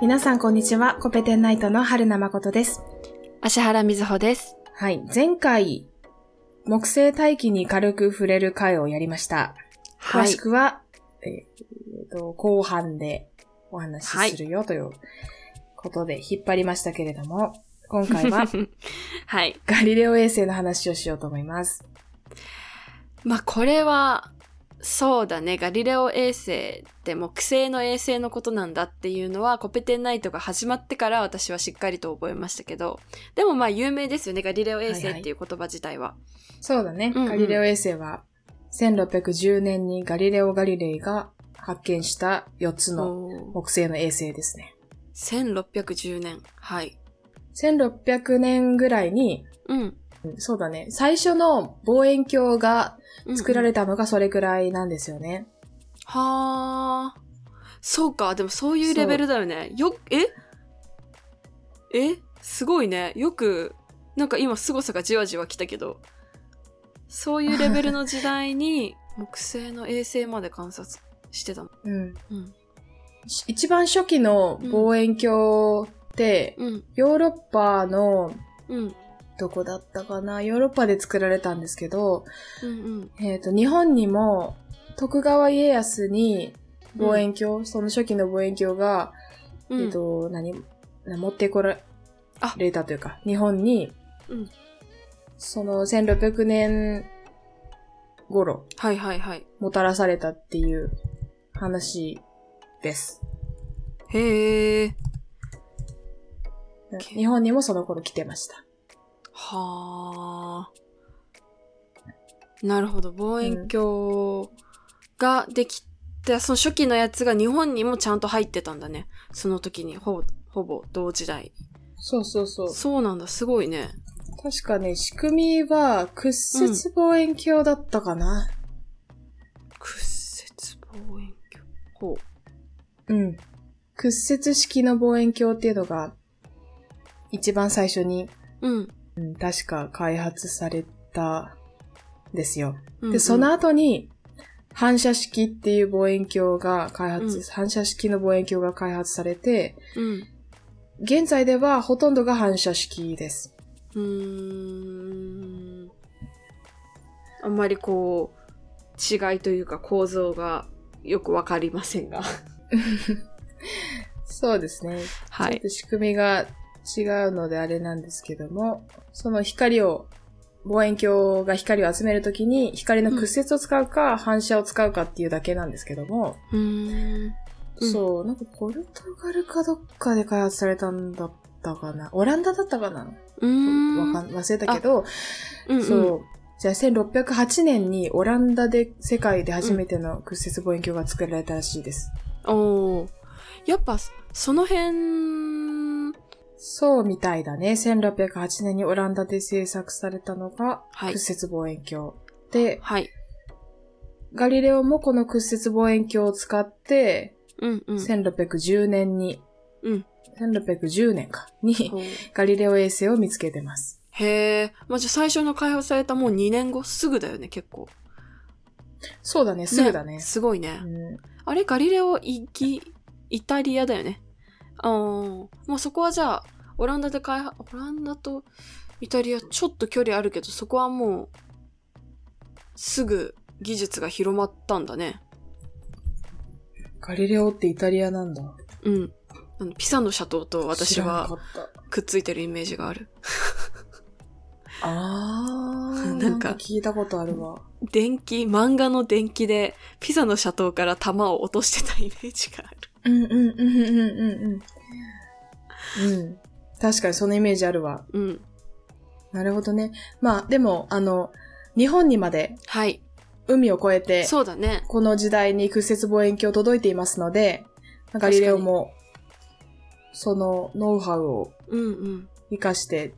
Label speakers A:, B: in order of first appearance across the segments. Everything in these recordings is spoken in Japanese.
A: 皆さんこんにちは。コペテンナイトの春名誠です。
B: 芦原瑞穂です。
A: はい。前回、木星大気に軽く触れる回をやりました。詳
B: はい
A: し。くは、えーと、後半でお話しするよということで引っ張りましたけれども、今回 は
B: はい。
A: ガリレオ衛星の話をしようと思います。
B: まあ、これは、そうだね。ガリレオ衛星って木星の衛星のことなんだっていうのは、コペテンナイトが始まってから私はしっかりと覚えましたけど、でもまあ有名ですよね。ガリレオ衛星っていう言葉自体は。
A: そうだね。
B: うんうん
A: ガリレオ衛星は、1610年にガリレオ・ガリレイが発見した4つの
B: おー
A: 木星の衛星ですね。
B: 1610年。はい。
A: 1600年ぐらいに、
B: うん。
A: うんそうだね。最初の望遠鏡が作られ
B: た。
A: たのがそれくらいなんですよね。
B: はあ。そうか。でもそういうレベルだよね。よ、ええすごいね。よく、なんか今凄さがじわじわ来たけど、そういうレベルの時 代に木星の衛星まで観察してたの。
A: うん。
B: うん。
A: し一番初期の望遠鏡って、
B: うん。
A: ヨーロッパの、
B: うん。
A: どこだったかなヨーロッパで作られたんですけど、
B: うん。うん。
A: えっ、と、日本にも徳川家康に望遠鏡、その初期の望遠鏡が、
B: うん。
A: えっ、と、何、な持ってこら
B: あ
A: れたというか、日本に、
B: うん
A: その1600年頃、
B: はいはいはい。
A: もたらされたっていう話です。
B: へえ。
A: 日本にもその頃来てました。
B: はあ。なるほど。望遠鏡ができて、その初期のやつが日本にもちゃんと入ってたんだね。その時にほぼ、ほぼ同時代。
A: そうそうそう。
B: そうなんだ。すごいね。
A: 確かね、仕組みは屈折望遠鏡だったかな。
B: 屈折望遠鏡。ほう。
A: うん。屈折式の望遠鏡っていうのが、一番最初に、
B: うん。
A: うん、確か開発された、ですよ。
B: うんう
A: で、
B: ん
A: その、後に、反射式っていう望遠鏡が開発、
B: うん
A: 反射式の望遠鏡が開発されて、
B: うん。
A: 現在ではほとんどが反射式です。
B: うーん。あんまりこう、違いというか構造がよくわかりませんが。
A: そうですね。
B: は
A: ちょっ。と仕組みが違うのであれなんですけども、その光を、望遠鏡が光を集めるときに光の屈折を使うか、反射を使うかっていうだけなんですけども、
B: うーん。うん
A: そう、なんかポルトガルかどっかで開発されたんだったかな。オランダだったかな
B: うー
A: わ
B: ん。
A: かん忘れたけど、
B: うんうん
A: そう。じゃあ1608年にオランダで世界で初めての屈折望遠鏡が作られたらしいです。
B: おーやっぱそその辺
A: そうみたいだね。1608年にオランダで制作されたのが
B: はい
A: 屈折望遠鏡。で、
B: はい
A: ガリレオもこの屈折望遠鏡を使って、
B: うんうん
A: 1610年に、
B: うん
A: 1610年か、に
B: こう
A: ガリレオ衛星を見つけてます。
B: へえ、まあ、じゃあ最初の開発されたもう2年後すぐだよね結構
A: そうだね、すぐだね。
B: すごいね、
A: うん
B: あれガリレオイギイタリアだよねああもうそこはじゃあオランダで開発オランダとイタリアちょっと距離あるけどそこはもうすぐ技術が広まったんだね
A: ガリレオってイタリアなんだ。
B: うんあのピサの斜塔と
A: 知
B: 私は
A: らなかった
B: くっついてるイメージがある
A: あー、
B: なんか
A: なんか聞いたことあるわ。
B: 電気、漫画の電気で、ピザの斜塔から玉を落としてたイメージがある。
A: うんうんうんうんうんうん。うん。確かにそのイメージあるわ。
B: うん。
A: なるほどね。まあ、でも、あの、日本にまで
B: はい。
A: 海を越えて、
B: そうだね。
A: この時代に屈折望遠鏡届いていますので、ガリレオも、そのノウハウを
B: うんうん。
A: 活かして、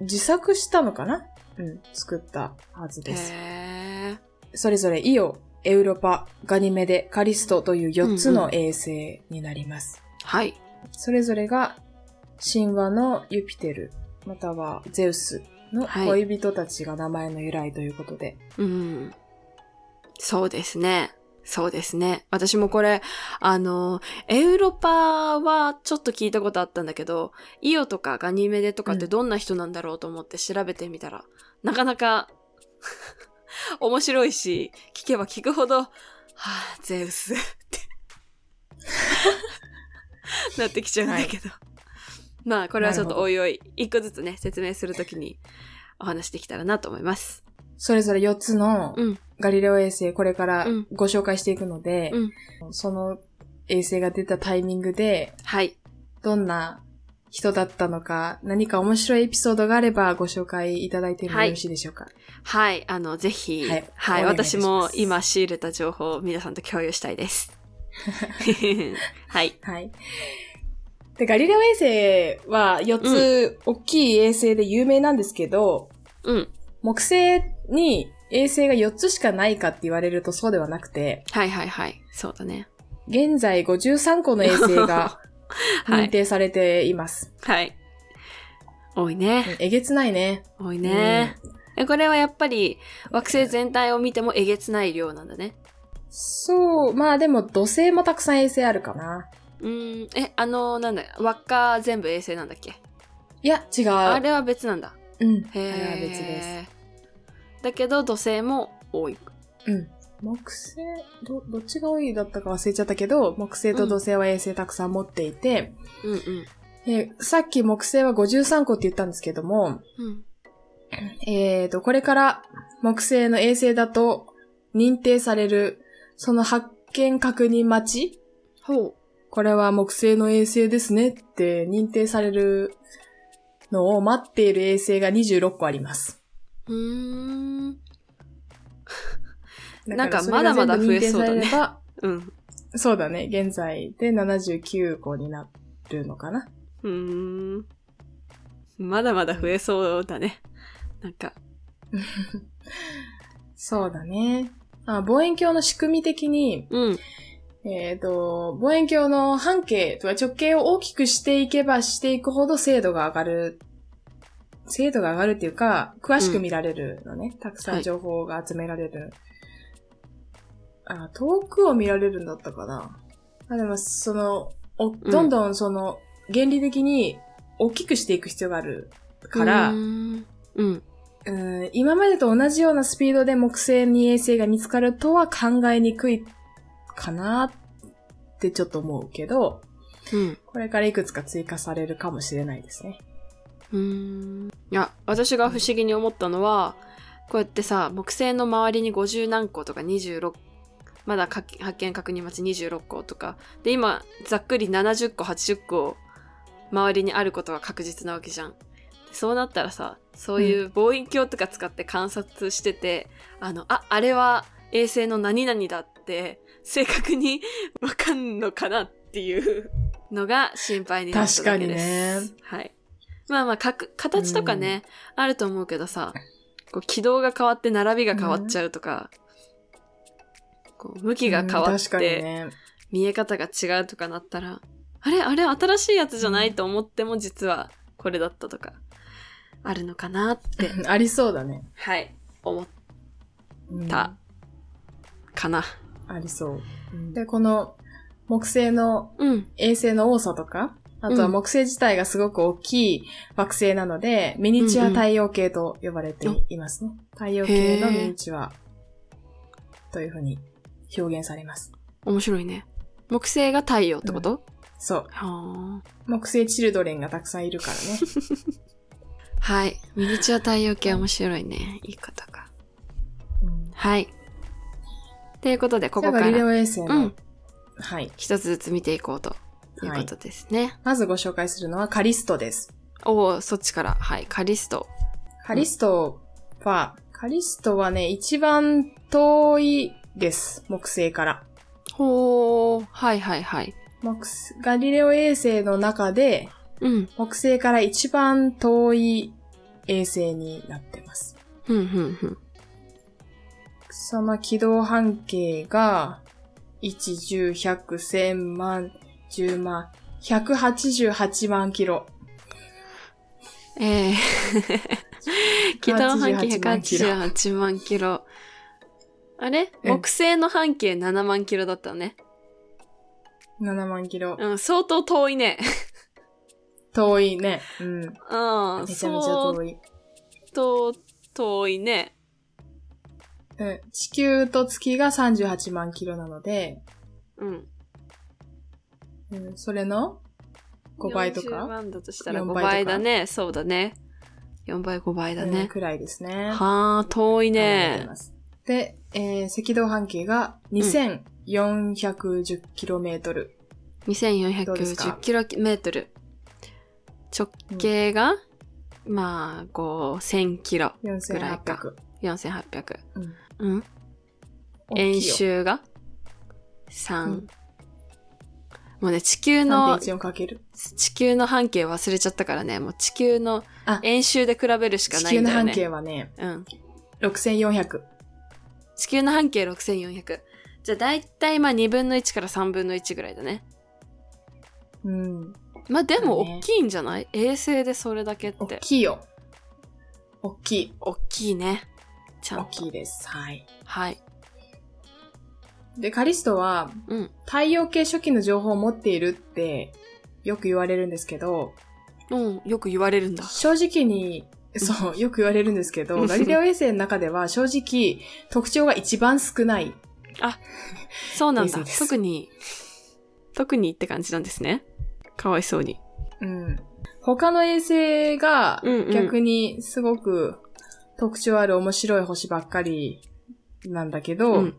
A: 自作したのかなうん、作ったはずです。
B: へー
A: それぞれイオ、エウロパ、ガニメデ、カリストという4つの衛星になります。
B: はい。
A: それぞれが神話のユピテル、またはゼウスの
B: はい
A: 恋人たちが名前の由来ということで、
B: うん。そうですね。そうですね。私もこれ、あの、エウロパはちょっと聞いたことあったんだけど、イオとかガニメデとかって
A: うん
B: どんな人なんだろうと思って調べてみたら、なかなか 面白いし、聞けば聞くほど、はあ、ゼウス って、なってきちゃうんだけど。まあ、これはちょっとおいおい、一個ずつね、説明するときにお話できたらなと思います。
A: それぞれ4つの
B: うん
A: ガリレオ衛星これから
B: うん
A: ご紹介していくので、その衛星が出たタイミングで
B: はい。
A: どんな人だったのか、何か面白いエピソードがあればご紹介いただいても
B: はい
A: よろしいでしょうか。
B: はい、あの、ぜひ、は
A: はいい、お願いいた
B: 私
A: します
B: も今仕入れた情報を皆さんと共有した いです。はい、
A: はい。で、ガリレオ衛星は4つ大きい衛星で有名なんですけど、
B: うん、
A: 木星に衛星が4つしかないかって言われるとそうではなくて、
B: はいはいはい、そうだね。
A: 現在53個の衛星が
B: は
A: 認
B: い、
A: 定されています。
B: はい。多いね、
A: えげつないね。
B: 多いね。えこれはやっぱり惑星全体を見てもえげつない量なんだね。
A: そう、まあでも土星もたくさん衛星あるかな。
B: うーん、え、あの、なんだ、輪っか全部衛星なんだっけ
A: いや、違う。
B: あれは別なんだ。
A: うん。あ
B: へ
A: れ
B: え。
A: は別です。
B: す。だけど土星も多い。
A: うん。木星、ど、どっちが多いだったか忘れちゃったけど、木星と土星は衛星たくさん持っていて、
B: うんうん。
A: えさっき木星は53個って言ったんですけども、
B: うん、
A: えーと、これから木星の衛星だと認定される、その発見確認待ち
B: ほう。
A: これは木星の衛星ですねって認定されるのを待っている衛星が26個あります。
B: うーん。
A: だ
B: なんから
A: それが全部
B: まだまだ増えそうだね
A: 認定されれば
B: うん。
A: そうだね。現在で79個になるのかな。
B: うーん。まだまだ増えそうだね。なんか。
A: そうだね。あ望遠鏡の仕組み的に、
B: うん。
A: えっ、と、望遠鏡の半径とか直径を大きくしていけばしていくほど精度が上がる。精度が上がるっていうか、詳しく見られるのね。たくさ
B: は
A: ん
B: い
A: 情報が集められる。あ、遠くを見られるんだったかな。あでも、その、おどんどんその、原理的に大きくしていく必要があるから、
B: うーん。うん。
A: うん今までと同じようなスピードで木星に衛星が見つかるとは考えにくいかなってちょっと思うけど、
B: うん。
A: これからいくつか追加されるかもしれないですね。
B: うーん。いや、私が不思議に思ったのは、こうやってさ、木星の周りに50何個とか26、まだか発見確認待ち26個とか、で、今、ざっくり70個、80個、周りにあることが確実なわけじゃん。そうなったらさ、そういう望遠鏡とか使って観察してて、あの、あ、あれは衛星の何々だって、正確に わかんのかなっていうのが心配になっただけです。
A: 確
B: かにね。はい。まあまあ、かく形とかね、あると思うけどさ、こう軌道が変わって並びが変わっちゃうとか、こう向きが変わ
A: うん
B: っ
A: 確かに
B: て、
A: ね。
B: 見え方が違うとかなったら、あれあれ新しいやつじゃないと思っても実はこれだったとか、あるのかなって、
A: ありそうだね。
B: はい、思っ
A: うん
B: たかな。
A: ありそう。で、この木星の
B: うん。
A: 衛星の多さとか、あとは木星自体がすごく大きい惑星なので、ミニチュア太陽系と呼ばれていますね。太陽系のミニチュアというふうに表現されます。
B: 面白いね。木星が太陽ってこと、
A: そう。
B: はあ
A: 木星チルドレンがたくさんいるから ね。
B: はい。ミニチュア太陽系面白いね。言い方が。
A: うん
B: はい。ということで、こ
A: じゃ
B: こ
A: あ
B: か
A: ガリレ
B: ら
A: オ衛星の、
B: うん
A: はい。
B: 一つずつ見ていこうということですね。
A: まずご紹介するのはカリストです。
B: おお、そっちから。はい。カリスト。
A: カリストは、カリストはね、一番遠いです。木星から。
B: ほー。はいはいはい。
A: 木星ガリレオ衛星の中で、
B: うん。
A: 木星から一番遠い衛星になってます。
B: ふんふんふん。
A: その軌道半径が、1、10、100、1000万、10万、188万キロ。
B: ええー。
A: 188
B: 北半
A: 万
B: 径
A: キロ
B: 188万キロ。あれ
A: うん
B: 木星の半径7万キロだったね。
A: 7万キロ。
B: うん、相当遠いね。
A: 遠いね。うん。め
B: うん、
A: ちゃめちゃ
B: 相
A: 遠い。
B: 当遠いね。
A: うん。地球と月が38万キロなので、
B: うん。
A: うん、それの5倍と
B: 40
A: か、
B: 万だとしたら
A: 4
B: 5
A: 倍とか
B: 倍だね。そうだね。4倍、5倍だ
A: うん
B: ね。
A: くらいですね。
B: はあ、遠い
A: 考えて
B: ね。
A: ますで、えー赤道半径が 2410km。どうですか
B: 2490キロメートル。直径が、まあ、5000キロ。ぐらいか
A: 4800。
B: 4800。
A: うん
B: うん。
A: 大きいよ
B: 円周が3、
A: うん
B: もうね、地球の、
A: 3.14かける。
B: 地球の半径忘れちゃったからね、もう地球の
A: あ
B: 円周で比べるしか
A: 地
B: ない
A: 球
B: ん
A: の
B: だよ
A: 半
B: ね。
A: 径はね、
B: うん。
A: 6400。
B: 地球の半径6400。じゃあ大体まあ2分の1から3分の1ぐらいだね。
A: うん。
B: まあでも
A: そうね
B: 大きいんじゃない、衛星でそれだけっ
A: 大
B: て。
A: きいよ。大きい。
B: 大きいね。ちゃ
A: 大
B: んと。
A: きいです。はい。
B: はい。
A: で、カリストは、
B: うん。
A: 太陽系初期の情報を持っているって、よく言われるんですけど、
B: うん、よく言われるんだ。
A: 正直に、そう、よく言われるんですけ
B: う
A: ど、
B: ん
A: ガリレオ衛星の中では正直、特徴が一番少ない。
B: そうなん
A: 衛
B: だ。
A: 星です
B: 特に、特にって感じなんですね。かわいそうに。
A: うん。他の衛星が
B: うんうん
A: 逆にすごく特徴ある面白い星ばっかりなんだけど、
B: うん。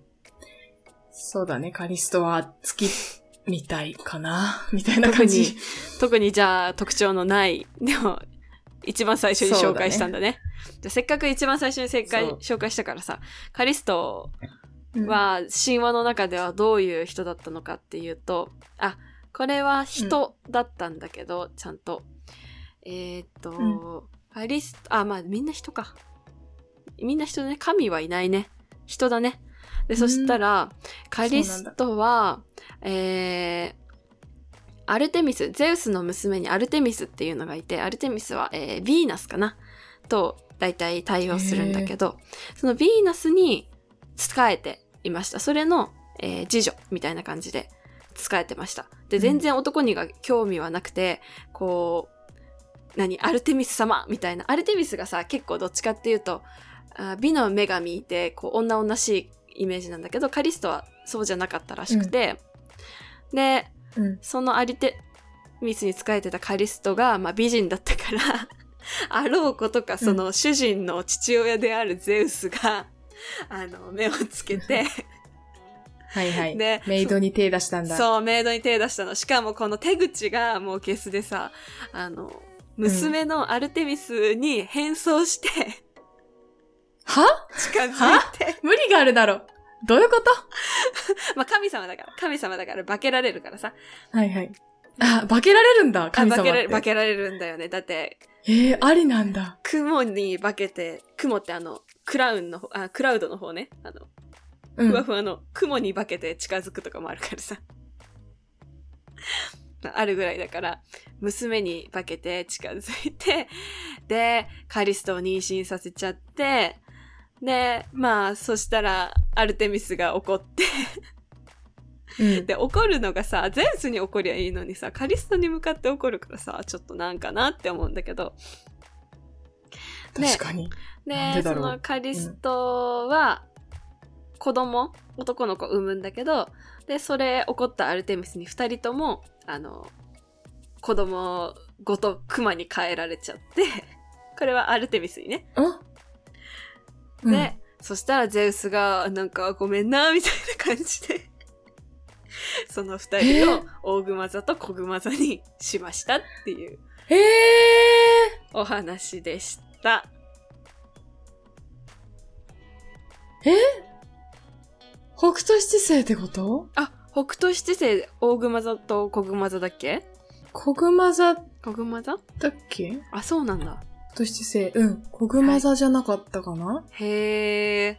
A: そうだね、カリストは月みたいかな、 みたいな感
B: 特
A: じ。
B: 特にじゃあ特徴のないでも一番最初に紹介したんだねじゃあせっかく一番最初に正解
A: そう
B: 紹介したからさカリスト
A: うん、
B: は神話の中ではどういう人だったのかっていうとあこれは人だったんだけど、ちゃんとえーっと、カリストあまあみんな人かみんな人だね神はいないね人だねでそしたら、カリストはえーアルテミスゼウスの娘にアルテミスっていうのがいてアルテミスは、えーヴィーナスかなと大体対応するんだけどそのヴィーナスに仕えていましたそれの、えー次女みたいな感じで仕えてましたで全然男にが興味はなくて、こう何アルテミス様みたいなアルテミスがさ結構どっちかっていうとあ美の女神でこう女々しいイメージなんだけどカリストはそうじゃなかったらしくて、で
A: うん、
B: そのアリテミスに仕えてたカリストが、まあ、美人だったから あろうことかその主人の父親であるゼウスが、 あの目をつけて
A: はいはい。
B: で
A: メイドに手出したんだ。
B: そうメイドに手出したのしかもこの手口がもうゲスでさあの娘のアルテミスに変装 して
A: は
B: 近づいて、
A: 無理があるだろ。どういうこと
B: まあ神様だから神様だから化けられるからさ
A: はいはい。あ、化けられるんだ、
B: あ
A: 神様
B: 化
A: っ
B: け
A: て。
B: られ化けられるんだよねだって
A: えー、ありなんだ。
B: 雲に化けて雲ってあのクラウンの方あクラウドの方ねあの
A: うん。
B: ふわふわの雲に化けて近づくとかもあるからさ。 あるぐらいだから、娘に化けて近づいて、で、カリストを妊娠させちゃって、で、まあ、そしたら、アルテミスが怒って、
A: うん
B: で、怒るのがさ、ゼウスに怒りゃいいのにさ、カリストに向かって怒るからさ、ちょっとなんかなって思うんだけど、ね
A: 確かに。なん
B: で
A: でだ
B: そ
A: ろう
B: のカリストは子供男の子を産むんだけどでそれ怒ったアルテミスに2人ともあの子供ごとクマに変えられちゃって これはアルテミスにね。
A: う
B: で、
A: ん、
B: そしたらゼウスがなんかごめんなみたいな感じで その2人を大熊座と小熊座にしましたっていう
A: えー、
B: お話でした。
A: 北斗七星ってこと
B: あ北斗七星大熊座と小熊座だっけ
A: 小熊座だ
B: 小熊座
A: っけ
B: あそうなんだ
A: 北斗七星。うん。小熊座じゃなかったかな、
B: へえ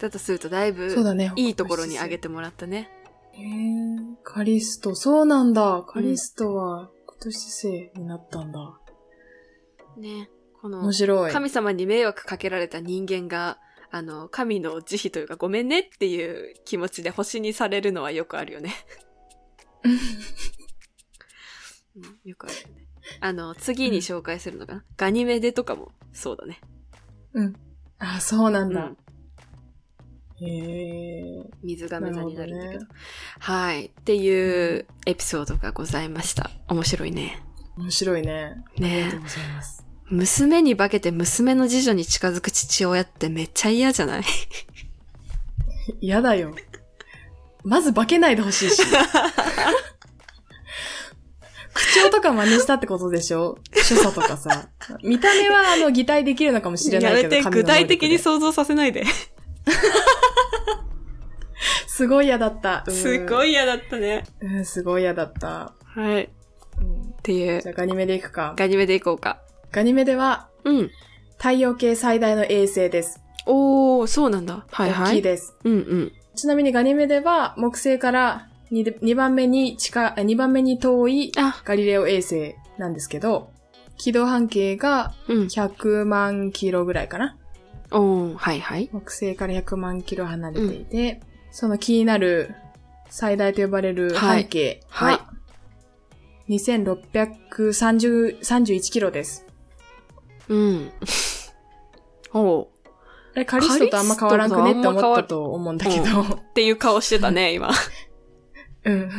B: だとするとだいぶ
A: そうだね。
B: いいところにあげ
A: て。
B: てもらったね
A: へーカリスト。そうなんだ。カリストは北斗七星になったんだ。
B: ねこ
A: 面
B: の
A: 白い。
B: 神様に迷惑かけられた人間があの、神の慈悲というかごめんねっていう気持ちで星にされるのはよくあるよね。うんよくあるよね。あの、次に紹介するのかな、ガニメデとかもそうだね。
A: あ、そうなん
B: う
A: だ
B: ん。
A: へえ。
B: 水がメ座になるんだけど
A: なるほど
B: はい。っていうエピソードがございました。面白いね。
A: 面白いね。ありが
B: ね
A: とうございます。
B: 娘に化けて娘の次女に近づく父親ってめっちゃ嫌じゃない
A: 嫌だよ。まず化けないでほし いし。口調とか真似したってことでしょ所作とかさ。見た目は、あの、擬態できるのかもしれないけど、
B: 具体的に
A: そ
B: 想像させないで。
A: すごい嫌だった。うん
B: すご。い嫌だったね。
A: うん、すごい嫌だった。
B: はい。っ
A: うん
B: ていう
A: じゃあ、ガニメでいくか。
B: ガニメでいこうか。
A: ガニメでは、
B: うん。
A: 太陽系最大の衛星です。
B: おー、そうなんだ。はいは
A: 大き
B: い。
A: いです。
B: うんうん。
A: ちなみにガニメデは木星からに2番目に近い、2番目に遠い
B: あ、
A: ガリレオ衛星なんですけど、軌道半径が
B: うん。
A: 100万キロぐらいかな。
B: おー、はいはい。
A: 木星から100万キロ離れていて、その気になる最大と呼ばれる半径
B: はい
A: は2630 31キロです。
B: うん。おー。
A: あれ、カリストとあんま変わらんくねって思ったと思うんだけど。
B: っていう顔してたね、今。
A: うん。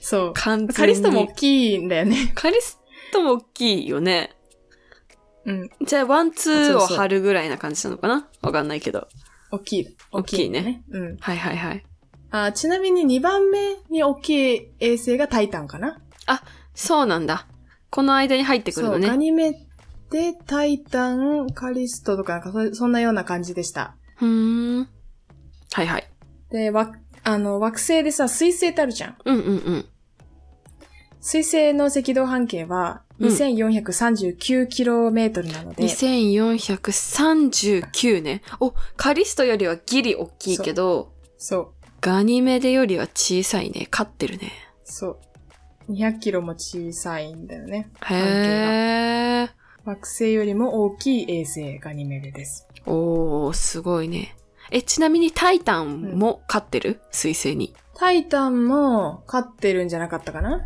A: そう。
B: 完全 に。
A: カリストも大きいんだよね。
B: カリストも大きいよね。
A: うん。
B: じゃあ、ワン、ツ
A: そう
B: ーを
A: そう
B: 貼るぐらいな感じなのかなわかんないけど。
A: 大きい。
B: 大きいね
A: 大うん。
B: はいはいはい。
A: あ、ちなみに2番目に大きい衛星がタイタンかな。
B: そうなんだ。この間に入ってくる
A: そ
B: の
A: う、ガ
B: ね。
A: ニメでタイタン、カリストとかなんかそ、そんなような感じでした。
B: ふーん。はいはい。
A: で、わ、あの、惑星でさ、水星ってあるじゃん。
B: うんうんうん。
A: 水星の赤道半径は
B: うん
A: 2439km なので、
B: 2439ね。お、カリストよりはギリ大きいけど、
A: そう、
B: ガニメデよりは小さいね。勝ってるね。
A: そう。200キロも小さいんだよね。
B: へー。
A: 惑星よりも大きい衛星ガニメデです。
B: おー、すごいね。え、ちなみにタイタンも勝ってる水星に。
A: タイタンも勝ってるんじゃなかったかな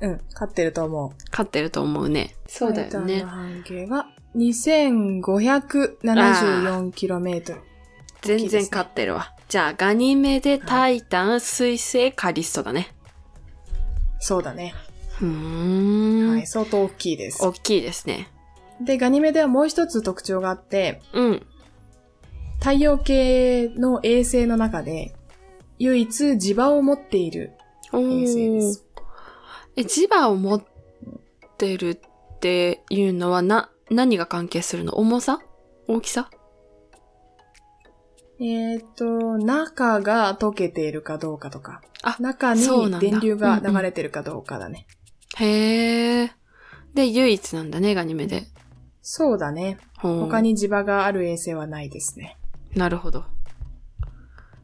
A: うん、勝ってると思う。
B: 勝ってると思うね。そうだよ
A: タイタンの
B: ね。
A: 半径は 2574km。
B: 全然勝ってるわ。じゃあ、ガニメデ、タイタン、水星、カリストだね。
A: そうだね。
B: うーん。
A: はい、相当大きいです
B: 大。きいですね。
A: で、ガニメではもう一つ特徴があって、
B: うん。
A: 太陽系の衛星の中で、唯一磁場を持っている
B: お
A: 衛星です。
B: え、磁場を持ってるっていうのは、な、何が関係するの重さ大きさ
A: えっ、と、中が溶けているかどうかとか、
B: あ
A: 中
B: そうな
A: に
B: ん
A: 電
B: だ
A: 流が流れてるかどうかだね。
B: へえ。で、唯一なんだね、ガニメデ。
A: そうだね。
B: ほう
A: 他。に磁場がある衛星はないですね。
B: なるほど。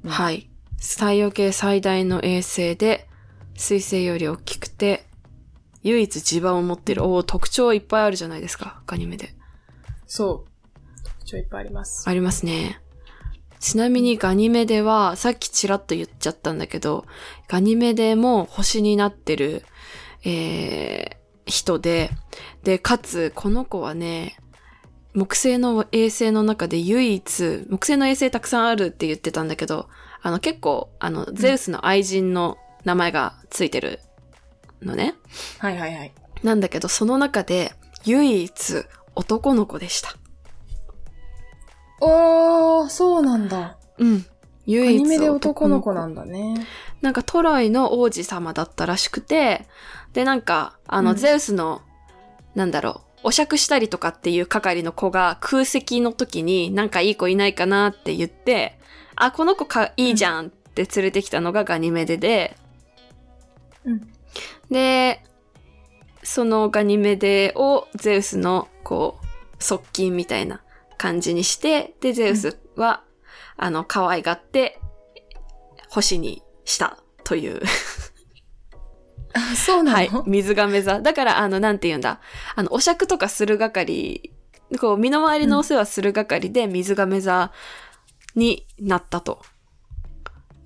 A: うん
B: はい。太陽系最大の衛星で、水星より大きくて、唯一磁場を持ってる。おー特徴いっぱいあるじゃないですか、ガニメデ。
A: そう。特徴いっぱいあります。
B: ありますね。ちなみにガニメデは、さっきちらっと言っちゃったんだけど、ガニメデも星になってる、えー、人で、で、かつ、この子はね、木星の衛星の中で唯一、木星の衛星たくさんあるって言ってたんだけど、あの結構、あの、ゼウスの愛人の名前がついてるのね。
A: はいはいはい。
B: なんだけど、その中で唯一男の子でした。
A: おー、そうなんだ。
B: うん。
A: ア
B: 唯一
A: ニメで男の子なんだ ね。
B: なんかトロイの王子様だったらしくて、で、なんか、あの、
A: うん
B: ゼウスの、なんだろう、お酌したりとかっていう係の子が空席の時になんかいい子いないかなって言って、あ、この子か、いいじゃんって連れてきたのがガニメデで、
A: うん
B: で、そのガニメデをゼウスの、こう、側近みたいな感じにして、で、ゼウスは、あの、可愛がって、星にしたという。
A: あ、そうなの、
B: はい。水亀座。だから、あの、なんて言うんだ。あの、お酌とかする係こう身の回りのお世話する係で水亀座になったと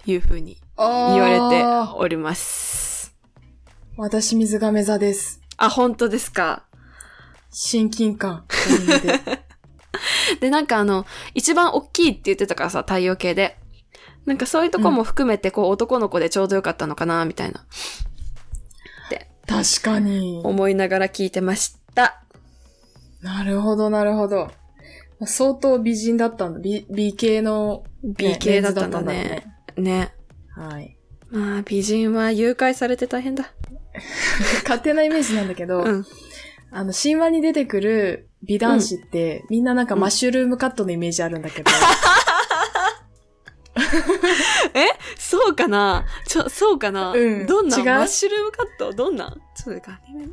B: いうふうに言われて
A: あー
B: おります。
A: 私、水亀座です。
B: あ、本当ですか。
A: 親近感。全面 で
B: で、なんかあの、一番大きいって言ってたからさ、太陽系で。なんかそういうとこも含めて、こう男の子でちょうどよかったのかな、みたいな
A: 確かに。
B: 思いながら聞いてました。
A: なるほど、なるほど。相当美人だったんだ。美美形の、
B: 美形だったんだね。ね。
A: はい。
B: まあ、美人は誘拐されて大変だ。
A: 勝手なイメージなんだけど、
B: うん。
A: あの、神話に出てくる美男子って、みんななんかマッシュルームカットのイメージあるんだけ ど、
B: そうかなちょ、そうかな、
A: うん
B: どんな
A: 違う
B: マッシュルームカットどんなちょっと待っ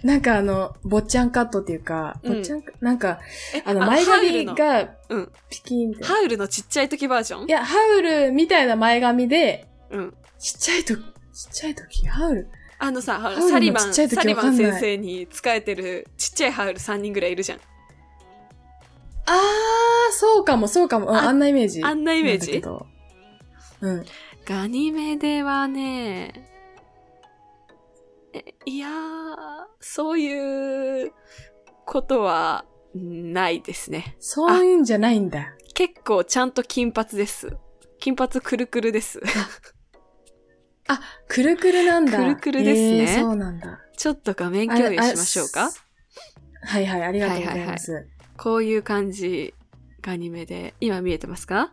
B: て
A: なんかあの、坊ちゃんカットっていうか、
B: うん
A: 坊ちゃんカ、なんか、
B: え、
A: あの、前髪
B: ハウルの
A: が
B: うん、
A: ピキンみたいな。
B: ハウルのちっちゃい時バージョン
A: いや、ハウルみたいな前髪で、
B: うん。
A: ちっちゃいとき、ちっちゃいとき、ハウル
B: あのさ、
A: ウルの
B: サリバ
A: ち
B: ン、
A: っちゃい時
B: サリ
A: わ
B: バ
A: か
B: ン
A: んない
B: 先生に仕えてるちっちゃいハウル3人ぐらいいるじゃん。
A: あー、そうかも、そうかも。うん
B: あ
A: あんなイメージ。
B: あんなイメー
A: なんだけ
B: ジ
A: どうん。
B: ガニメデはね、えいやー、そういうことはないですね。
A: そういうんじゃないんだ。
B: 結構ちゃんと金髪です。金髪くるくるです。
A: くるくるなんだ。
B: くるくるですね
A: えーそうなんだ。
B: ちょっと画面共有
A: あ
B: し
A: れあ
B: ましょうか。
A: はいはい、ありがとうございます。
B: こういう感じ、ガニメデ。今見えてますか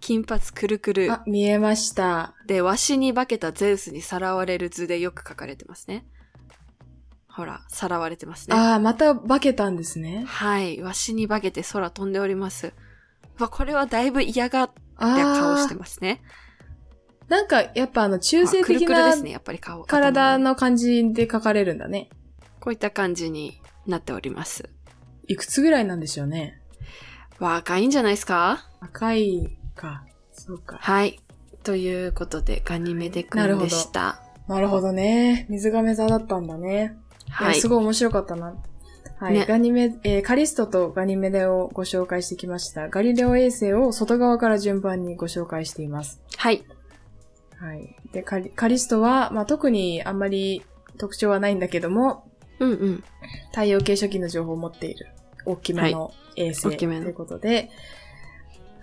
B: 金髪くるくる。
A: あ、見えました。
B: で、わしに化けたゼウスにさらわれる図でよく書かれてますね。ほら、さらわれてますね。
A: あー、また化けたんですね。
B: はい。わしに化けて空飛んでおります。わ、これはだいぶ嫌がって
A: あ
B: 顔して
A: ー、
B: ますね。
A: なんか、やっぱあの、中性
B: あくる
A: 的
B: くるで
A: な
B: すね、やっぱり顔。
A: 体
B: 頭
A: の感じで描かれるんだね。
B: こういった感じになっております。
A: いくつぐらいなんでしょうね。
B: 若いんじゃないですか
A: 赤いか。そうか。
B: はい。ということで、ガニメデ
A: なるほ
B: 君
A: ど
B: でした。
A: なるほどね。水亀座だったんだね。
B: はい
A: や
B: い
A: す。ごい面白かったな。はい。
B: ね
A: ガニメ、えーカリストとガニメデをご紹介してきました。ガリレオ衛星を外側から順番にご紹介しています。
B: はい。
A: はい。で、カリカリストは、まあ、特にあんまり特徴はないんだけども、
B: うんうん。
A: 太陽系初期の情報を持っている大きめの衛星、
B: 大きめの
A: ということで、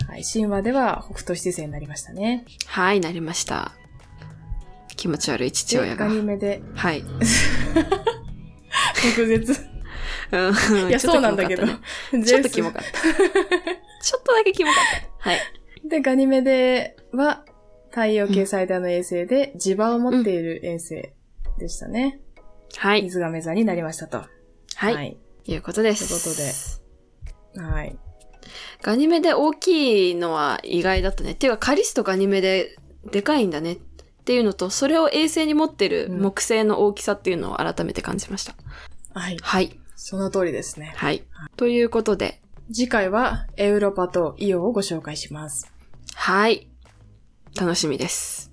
A: はい。神話では北斗七星になりましたね。
B: はい、なりました。気持ち悪い父
A: で
B: 親
A: ガ
B: が。
A: ニメデ、
B: はい。
A: 特別。
B: うん
A: いや、そうなんだけど。。
B: ちょっとキモかったね。ちょっとキモかった。ちょっとだけキモかった。はい。
A: で、ガニメデは太陽系最大の衛星で磁場を持っている衛星でしたね。
B: はい。
A: 水が座になりましたと。
B: はい。
A: い。
B: いうことです。
A: ということではい。
B: ガニメで大きいのは意外だったね。っていうか、カリストガニメででかいんだね。っていうのと、それを衛星に持ってる
A: うん
B: 木星の大きさっていうのを改めて感じました。
A: はい。
B: はい。
A: その通りですね。
B: はい。ということで、
A: 次回はエウロパとイオをご紹介します。
B: はい。楽しみです。